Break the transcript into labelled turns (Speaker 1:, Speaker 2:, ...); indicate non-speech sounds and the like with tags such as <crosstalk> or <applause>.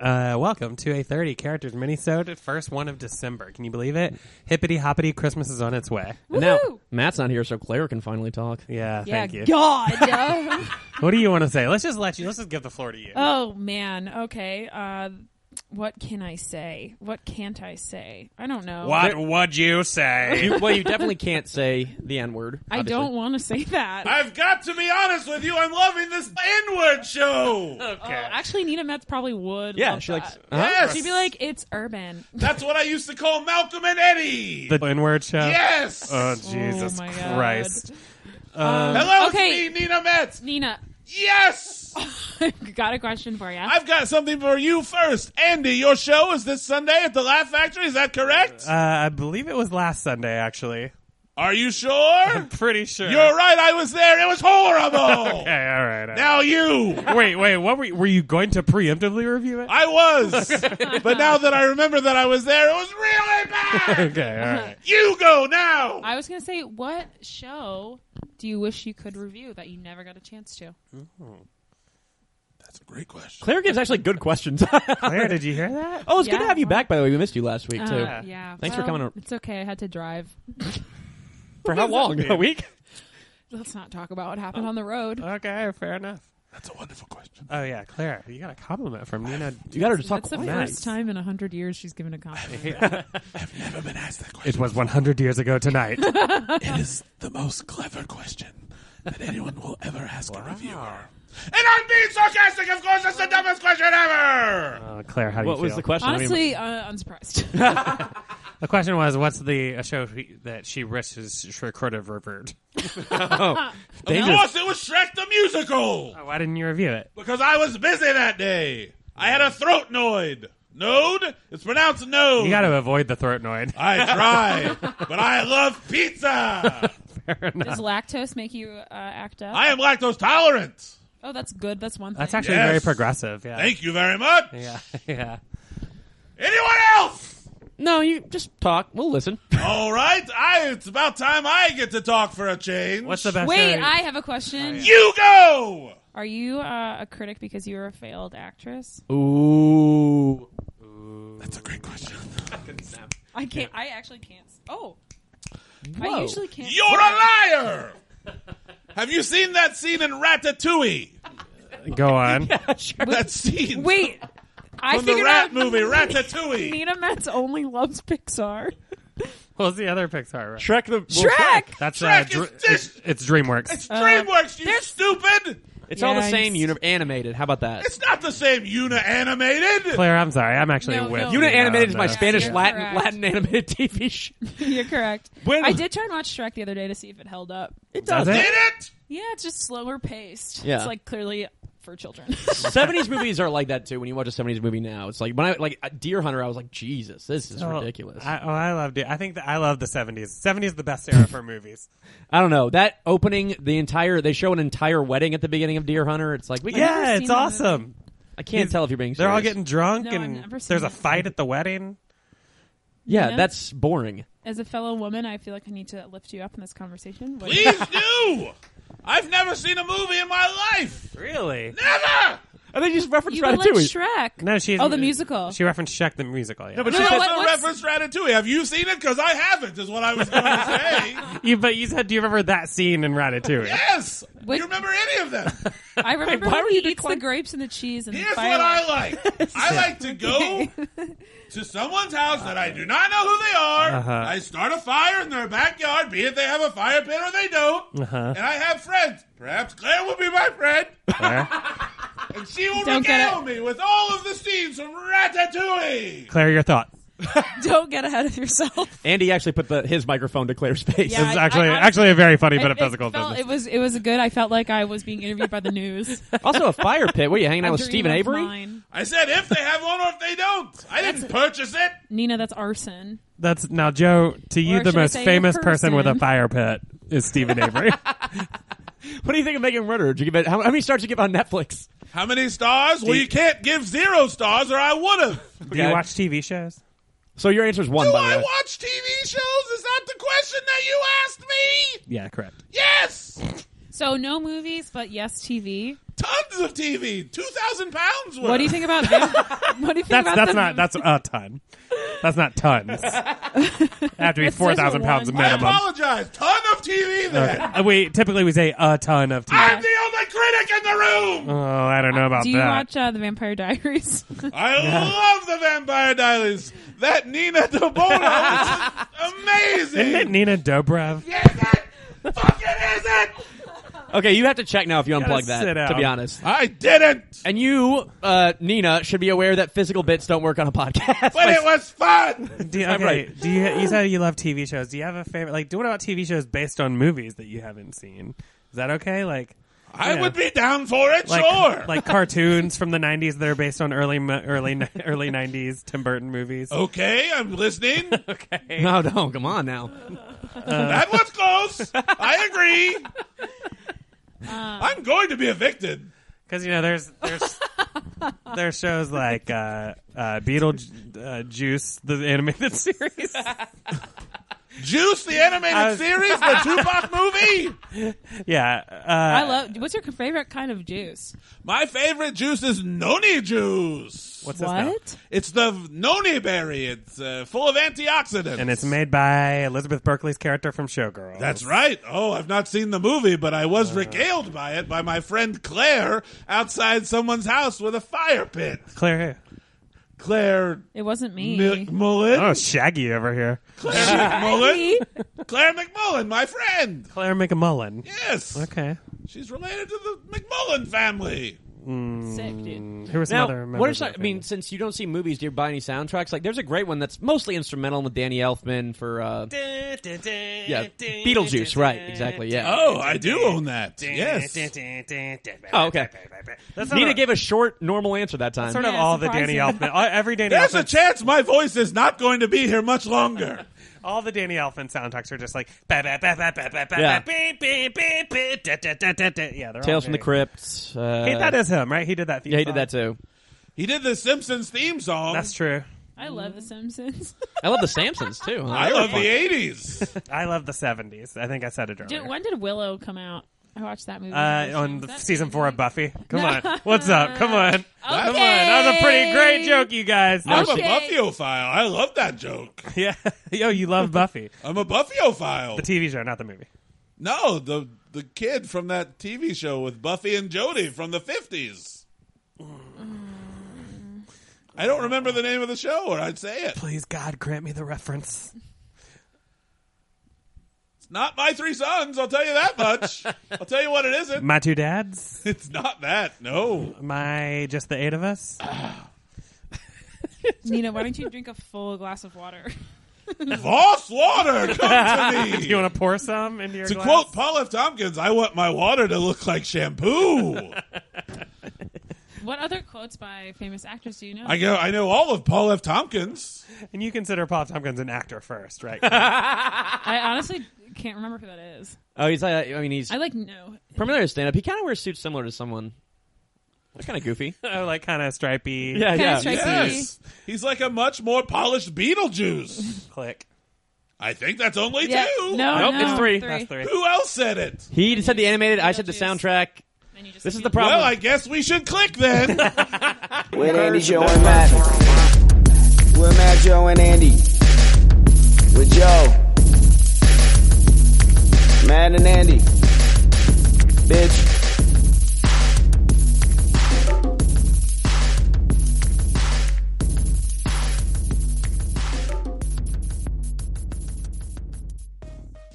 Speaker 1: Uh, welcome to a 30 characters minisode, first one of December. Can you believe it? Hippity hoppity, Christmas is on its way.
Speaker 2: And now
Speaker 3: Woohoo!
Speaker 2: Matt's not here, so Claire can finally talk.
Speaker 1: Yeah,
Speaker 3: Yeah,
Speaker 1: thank you.
Speaker 3: God.
Speaker 1: What do you want to say? Let's just let you. Let's just give the floor to you.
Speaker 3: oh man. Okay. Uh, what can I say? What can't I say? I don't know.
Speaker 1: what would you
Speaker 3: <laughs>
Speaker 1: say?
Speaker 2: You, well, you definitely can't say the N word.
Speaker 3: I don't want to say that.
Speaker 4: I've got to be honest with you. I'm loving this inward show.
Speaker 3: Oh, actually, Nina Metz probably would.
Speaker 2: Yeah,
Speaker 3: love
Speaker 2: she likes.
Speaker 3: that.
Speaker 2: uh-huh.
Speaker 4: Yes,
Speaker 3: She'd be like, "It's urban."
Speaker 4: that's what I used to call Malcolm and Eddie.
Speaker 1: the N-word show.
Speaker 4: yes.
Speaker 1: Oh Jesus
Speaker 3: my God. Um,
Speaker 1: Christ!
Speaker 4: Uh, Hello,
Speaker 3: okay.
Speaker 4: it's me, Nina Metz.
Speaker 3: Nina, <laughs>
Speaker 4: Yes.
Speaker 3: got a question for you.
Speaker 4: I've got something for you first, Andy. Your show is this Sunday at the Laugh Factory. Is that correct?
Speaker 1: Uh, I believe it was last Sunday, actually.
Speaker 4: Are
Speaker 1: <laughs>
Speaker 4: you sure?
Speaker 1: Pretty sure.
Speaker 4: You're right. I was there. It was horrible.
Speaker 1: okay. All right. all
Speaker 4: Now you.
Speaker 1: right. wait, wait. What were you, were you going to preemptively review it?
Speaker 4: I was. but now that I remember that I was there, it was really bad.
Speaker 1: okay. All right.
Speaker 4: you go now.
Speaker 3: I was gonna say, what show do you wish you could review that you never got a chance to?
Speaker 4: That's a great question.
Speaker 2: Claire gives actually good questions. <laughs>
Speaker 1: Claire, did you hear that?
Speaker 2: oh, it's good
Speaker 3: Yeah.
Speaker 2: to have you back. By the way, we missed you last week too.
Speaker 3: Uh, yeah.
Speaker 2: Thanks for
Speaker 3: well,
Speaker 2: coming o-
Speaker 3: It's okay. I had to drive.
Speaker 2: For how long? <laughs> A week?
Speaker 3: Let's not talk about what happened on the road.
Speaker 1: Okay. Fair enough.
Speaker 4: That's a wonderful question.
Speaker 1: Oh yeah, Claire, you got a compliment from Nina.
Speaker 2: You got her to talk
Speaker 3: That's the
Speaker 2: quiet.
Speaker 1: nice.
Speaker 3: first time in a hundred years she's given a compliment.
Speaker 4: I've never been asked that question.
Speaker 1: It was 100 years ago tonight.
Speaker 4: It is the most clever question that anyone will ever ask a reviewer. And I'm being sarcastic, of course. That's the dumbest question ever.
Speaker 1: <laughs> Uh, Claire, how do you
Speaker 2: What
Speaker 1: feel?
Speaker 2: was the question? I mean, <laughs>
Speaker 3: Honestly, uh, unsurprised.
Speaker 1: The question was, what's the a show he- that she wishes she could have reviewed?
Speaker 4: Of
Speaker 2: dangerous.
Speaker 4: course, it was Shrek the Musical
Speaker 1: Why Oh, didn't you review it?
Speaker 4: because I was busy that day. I had a throat noid. Node? It's pronounced node.
Speaker 1: You got to avoid the throat noid. <laughs>
Speaker 4: I try, but I love pizza.
Speaker 3: Does lactose make you uh, act up?
Speaker 4: I am lactose tolerant.
Speaker 3: oh, that's good. That's one thing.
Speaker 1: That's actually
Speaker 4: Yes.
Speaker 1: very progressive. Yeah.
Speaker 4: Thank you very much.
Speaker 1: <laughs> Yeah. Yeah.
Speaker 4: Anyone
Speaker 1: <laughs>
Speaker 4: else?
Speaker 2: No, you just talk. We'll listen.
Speaker 4: All right, I. It's about time I get to talk for a change.
Speaker 1: What's the best?
Speaker 3: Wait,
Speaker 1: show you-
Speaker 3: I have a question.
Speaker 4: You go.
Speaker 3: Are you uh, a critic because you were a failed actress?
Speaker 2: Ooh.
Speaker 4: That's a great question.
Speaker 3: I can't. I actually can't. s- Oh,
Speaker 2: Whoa.
Speaker 3: I
Speaker 2: <laughs>
Speaker 3: usually can't.
Speaker 4: You're a liar. <laughs> Have you seen that scene in Ratatouille?
Speaker 1: <laughs> Go on.
Speaker 4: That scene
Speaker 3: Wait, I
Speaker 4: from the
Speaker 3: figured
Speaker 4: rat
Speaker 3: out <laughs>
Speaker 4: movie Ratatouille.
Speaker 3: Nina Metz only loves Pixar.
Speaker 1: What was the other Pixar? Right?
Speaker 2: Shrek the well,
Speaker 3: Shrek.
Speaker 1: That's
Speaker 4: Shrek
Speaker 1: uh, Dr-
Speaker 4: is dis-
Speaker 1: it's, it's DreamWorks.
Speaker 3: Uh,
Speaker 4: It's DreamWorks. You stupid.
Speaker 2: It's all the
Speaker 3: Yeah,
Speaker 2: same.
Speaker 3: I-
Speaker 2: Uni- animated. How
Speaker 4: <laughs>
Speaker 2: about that?
Speaker 4: It's not the same. Una animated.
Speaker 1: Claire, I'm sorry. I'm actually
Speaker 3: No,
Speaker 1: with
Speaker 3: no.
Speaker 1: you.
Speaker 2: Unit animated is
Speaker 1: on
Speaker 2: my
Speaker 1: that.
Speaker 2: Spanish
Speaker 3: You're
Speaker 2: Latin
Speaker 3: correct.
Speaker 2: Latin animated <laughs> TV show.
Speaker 3: <laughs> You're correct.
Speaker 2: When-
Speaker 3: I did try and watch Shrek the other day to see if it held up.
Speaker 2: It
Speaker 1: Does
Speaker 2: does.
Speaker 1: it?
Speaker 4: Did it?
Speaker 3: Yeah, it's just slower paced.
Speaker 2: Yeah.
Speaker 3: It's like clearly for children. <laughs>
Speaker 2: 70s movies are like that too. When you watch a 70s movie now, it's like when I like Deer Hunter, I was like, Jesus, this is
Speaker 1: Oh,
Speaker 2: ridiculous. I,
Speaker 1: I, oh, I loved it. I think that I love the 70s. 70s is the best era for
Speaker 3: <laughs>
Speaker 1: movies.
Speaker 2: don't know that opening. The entire they show an entire wedding at the beginning of Deer Hunter. It's like we
Speaker 3: never
Speaker 1: yeah,
Speaker 3: seen
Speaker 1: it's
Speaker 3: that
Speaker 1: awesome.
Speaker 2: I can't tell if you're being.
Speaker 1: They're all
Speaker 2: serious.
Speaker 1: getting drunk
Speaker 3: No, I've
Speaker 1: and
Speaker 3: never seen
Speaker 1: there's a
Speaker 3: it.
Speaker 1: fight at the wedding.
Speaker 2: yeah.
Speaker 3: Yeah.
Speaker 2: That's boring.
Speaker 3: As a fellow woman, I feel like I need to lift you up in this conversation. What- <laughs>
Speaker 4: Please do. I've never seen a movie in my life.
Speaker 1: Really?
Speaker 4: Never.
Speaker 2: And they just reference
Speaker 3: You were like Shrek.
Speaker 1: No, she's
Speaker 3: Oh, the musical.
Speaker 1: She referenced Shrek the musical. Yeah.
Speaker 4: No, but
Speaker 3: No,
Speaker 4: she
Speaker 3: no,
Speaker 4: also
Speaker 3: what- what's-
Speaker 4: referenced Ratatouille. Have you seen it? Because I haven't, is what I was
Speaker 3: <laughs>
Speaker 4: going to say.
Speaker 1: you, but you said, do you remember that scene in Ratatouille?
Speaker 4: yes.
Speaker 3: Wait.
Speaker 4: You remember any of them?
Speaker 3: I remember
Speaker 2: why
Speaker 3: when
Speaker 2: were
Speaker 3: he
Speaker 2: you
Speaker 3: eats the
Speaker 2: declaring-
Speaker 3: grapes and the cheese and the
Speaker 4: Here's
Speaker 3: fire.
Speaker 4: what I like. I like to go to someone's house that I do not know who they are.
Speaker 1: Uh-huh.
Speaker 4: I start a fire in their backyard, be it they have a fire pit or they don't.
Speaker 1: Uh-huh.
Speaker 4: And I have friends. Perhaps Claire will be my friend,
Speaker 1: Claire?
Speaker 4: <laughs> and she will
Speaker 3: Don't get
Speaker 4: regale me with all of the scenes from
Speaker 1: <laughs>
Speaker 4: Ratatouille.
Speaker 1: Claire, your thoughts.
Speaker 3: <laughs> Don't get ahead of yourself.
Speaker 2: Andy actually put the, his microphone to Claire's face.
Speaker 3: Yeah.
Speaker 1: It's
Speaker 3: I-
Speaker 1: actually
Speaker 3: I honestly-
Speaker 1: actually a very funny
Speaker 3: I-
Speaker 1: bit
Speaker 3: it
Speaker 1: of physical
Speaker 3: felt-
Speaker 1: business.
Speaker 3: It was it was good. I felt like I was being interviewed by the news.
Speaker 2: also, a fire pit. What are you hanging
Speaker 3: I <laughs>
Speaker 2: out with
Speaker 3: dream
Speaker 2: Stephen
Speaker 3: of
Speaker 2: Avery?
Speaker 3: mine.
Speaker 4: I said if they have one or if they don't. I didn't purchase it.
Speaker 3: Nina, that's arson.
Speaker 1: That's now Joe. To you,
Speaker 3: Or
Speaker 1: the
Speaker 3: should I
Speaker 1: most
Speaker 3: say
Speaker 1: famous
Speaker 3: person?
Speaker 1: person with a fire pit is Stephen Avery.
Speaker 3: <laughs>
Speaker 2: What do you think of Making Murderer? Did you give it? How, how many stars did you give on Netflix?
Speaker 4: How many stars? Well, you can't give zero stars, or I would have.
Speaker 1: Do you
Speaker 2: Okay.
Speaker 1: watch TV shows?
Speaker 3: <laughs>
Speaker 2: So your answer is one.
Speaker 4: Do
Speaker 2: by the
Speaker 4: I
Speaker 2: way.
Speaker 4: watch TV shows? Is that the question that you asked me?
Speaker 1: Yeah, correct.
Speaker 4: Yes. <laughs>
Speaker 3: So no movies, but yes, TV.
Speaker 4: Tons of TV. 2,000 pounds worth.
Speaker 3: What do you think about them? What do you
Speaker 1: That's
Speaker 3: think about
Speaker 1: that's
Speaker 3: them?
Speaker 1: not that's a ton. That's not tons.
Speaker 3: <laughs>
Speaker 1: Have to be
Speaker 3: That's
Speaker 1: four thousand
Speaker 3: just a
Speaker 1: pounds
Speaker 3: one. <laughs>
Speaker 4: I
Speaker 1: minimum.
Speaker 4: apologize. Ton of TV then.
Speaker 1: Uh, <laughs> We typically we say a ton of TV.
Speaker 4: I'm the only critic in the room.
Speaker 1: Oh, I don't know about
Speaker 3: Ah. Do you
Speaker 1: that.
Speaker 3: watch uh, the Vampire Diaries? <laughs>
Speaker 1: <laughs>
Speaker 4: I love the Vampire Diaries. That Nina
Speaker 1: <laughs>
Speaker 4: Dobona is amazing.
Speaker 1: Isn't it Nina
Speaker 3: <laughs>
Speaker 1: Dobrev?
Speaker 4: Is it? Fucking is it?
Speaker 2: Okay, you have to check now if you unplug
Speaker 1: sit
Speaker 2: that. To
Speaker 1: down.
Speaker 2: be honest,
Speaker 4: I didn't,
Speaker 2: and you, uh, Nina, should be aware that physical bits don't work on a podcast.
Speaker 4: but it was fun.
Speaker 1: Do you,
Speaker 2: I'm
Speaker 1: okay,
Speaker 2: right.
Speaker 1: do you you said you love TV shows? Do you have a favorite? Like, do what about TV shows based on movies that you haven't seen? Is that okay? Like,
Speaker 4: I
Speaker 1: Yeah.
Speaker 4: would be down for it,
Speaker 1: like,
Speaker 4: sure.
Speaker 1: like cartoons
Speaker 3: <laughs>
Speaker 1: from the '90s that are based on early mo- early ni- early '90s Tim Burton movies.
Speaker 3: Oh.
Speaker 4: okay, I'm listening.
Speaker 1: <laughs> Uh. Okay,
Speaker 2: no, no, come on now.
Speaker 4: that was close. I
Speaker 1: <laughs>
Speaker 4: agree. I'm going to be evicted.
Speaker 1: because you know there's
Speaker 3: <laughs>
Speaker 1: there's there's shows like uh, uh, Beetlejuice, the animated <laughs> series.
Speaker 4: Juice, the animated
Speaker 1: I was- <laughs>
Speaker 4: series, the Tupac movie.
Speaker 1: yeah,
Speaker 3: I
Speaker 1: uh,
Speaker 3: love. What's your favorite kind of juice?
Speaker 4: My favorite juice is noni juice.
Speaker 1: what's this now?
Speaker 3: What?
Speaker 4: It's the noni berry. It's uh, full of antioxidants.
Speaker 1: And it's made by Elizabeth Berkley's character from Showgirls.
Speaker 4: That's right. Oh, I've not seen the movie, but I was regaled by it by my friend Claire outside someone's house with a fire pit.
Speaker 1: Claire.
Speaker 4: Claire
Speaker 3: It wasn't me. <laughs>
Speaker 4: McMullen.
Speaker 1: Oh, Shaggy over here.
Speaker 4: Claire McMullen. Claire McMullen, my friend.
Speaker 1: Claire McMullen.
Speaker 4: Yes.
Speaker 1: Okay.
Speaker 4: She's related to the McMullen family.
Speaker 3: Sick, dude.
Speaker 1: Who was
Speaker 2: Now,
Speaker 1: another member?
Speaker 2: what are some, I mean, since you don't see movies, do you buy any soundtracks? Like, there's a great one that's mostly instrumental with Danny Elfman for, uh, yeah, Beetlejuice, right? Exactly, yeah.
Speaker 4: Oh, I do own that. Yes.
Speaker 2: Oh, okay.
Speaker 1: That's sort
Speaker 2: Nina
Speaker 1: of-
Speaker 2: gave a short, normal answer that time.
Speaker 1: sort of
Speaker 3: Yeah,
Speaker 1: all the Danny
Speaker 3: surprising.
Speaker 1: Elfman. all- Every Danny
Speaker 4: There's a
Speaker 1: Elfman.
Speaker 4: chance my voice is not going to be here much longer.
Speaker 1: all the Danny Elfman soundtracks are just like. ba- ba- ba- ba- ba- ba- ba-
Speaker 2: Yeah.
Speaker 1: beep, beep, beep, beep, da- da- da- da- da. Yeah, they're
Speaker 2: Tales
Speaker 1: all
Speaker 2: from the
Speaker 1: very-
Speaker 2: Crypt. Uh,
Speaker 1: Hey, that is him, right? He did that. theme
Speaker 2: yeah, he did
Speaker 1: song.
Speaker 2: that too.
Speaker 4: He did the Simpsons theme song.
Speaker 1: That's true.
Speaker 3: I love The Simpsons.
Speaker 2: I love the Samsons too. huh?
Speaker 4: I
Speaker 2: They were
Speaker 4: love the
Speaker 1: <laughs>
Speaker 2: fun.
Speaker 4: 80s.
Speaker 1: I love the '70s. I think I said it earlier.
Speaker 3: Dude, when did Willow come out? I watched that movie.
Speaker 1: uh, on the
Speaker 3: That-
Speaker 1: season four of Buffy.
Speaker 2: <laughs>
Speaker 1: Come on, what's up? Come on, come on.
Speaker 3: Okay.
Speaker 1: That was a pretty great joke, you guys.
Speaker 4: I'm a
Speaker 3: Okay.
Speaker 4: Buffyophile. I love
Speaker 1: <laughs>
Speaker 4: that joke.
Speaker 1: yeah, yo, you love Buffy,
Speaker 4: I'm a Buffyophile.
Speaker 1: the TV show, not the movie.
Speaker 4: No, the the kid from that TV show with Buffy and Jody from the fifties. I don't remember the name of the show, or I'd say it.
Speaker 1: Please God, grant me the reference.
Speaker 4: It's not my three sons. I'll tell you
Speaker 1: <laughs>
Speaker 4: that much. I'll tell you what it isn't.
Speaker 1: My two dads,
Speaker 4: It's not that. No.
Speaker 1: my just the eight of us.
Speaker 3: Nina, why don't you drink a full glass of water? <laughs>
Speaker 4: Voss water, come
Speaker 1: <laughs>
Speaker 4: to me.
Speaker 1: You want to pour some into your
Speaker 4: to
Speaker 1: glass?
Speaker 4: quote Paul F. Tompkins, I want my water to look like shampoo.
Speaker 3: what other quotes by famous actors do you know?
Speaker 4: I go. I know all of Paul F. Tompkins.
Speaker 1: and you consider Paul Tompkins an actor first,
Speaker 4: <laughs>
Speaker 1: right?
Speaker 3: I honestly can't remember who that is.
Speaker 2: Oh, he's. Uh, I mean, he's
Speaker 3: I like no.
Speaker 2: familiar with stand-up. He kind of wears suits similar to someone. That's kind of goofy.
Speaker 1: oh, like kind of stripey.
Speaker 2: Yeah,
Speaker 3: Kinda
Speaker 2: yeah.
Speaker 3: strikes
Speaker 4: Yes, he's like a much more polished Beetlejuice.
Speaker 1: Click.
Speaker 4: I think that's only
Speaker 3: Yeah.
Speaker 4: two.
Speaker 3: No,
Speaker 2: Nope,
Speaker 3: no,
Speaker 2: it's three.
Speaker 1: That's three.
Speaker 4: Who else said it?
Speaker 2: He said the animated. I said the
Speaker 3: Beetlejuice.
Speaker 2: soundtrack.
Speaker 3: And you just
Speaker 2: This is
Speaker 3: feel-
Speaker 2: the problem.
Speaker 4: Well, I guess we should click then.
Speaker 5: With Andy, Joe, and Matt. With Matt, Joe, and Andy.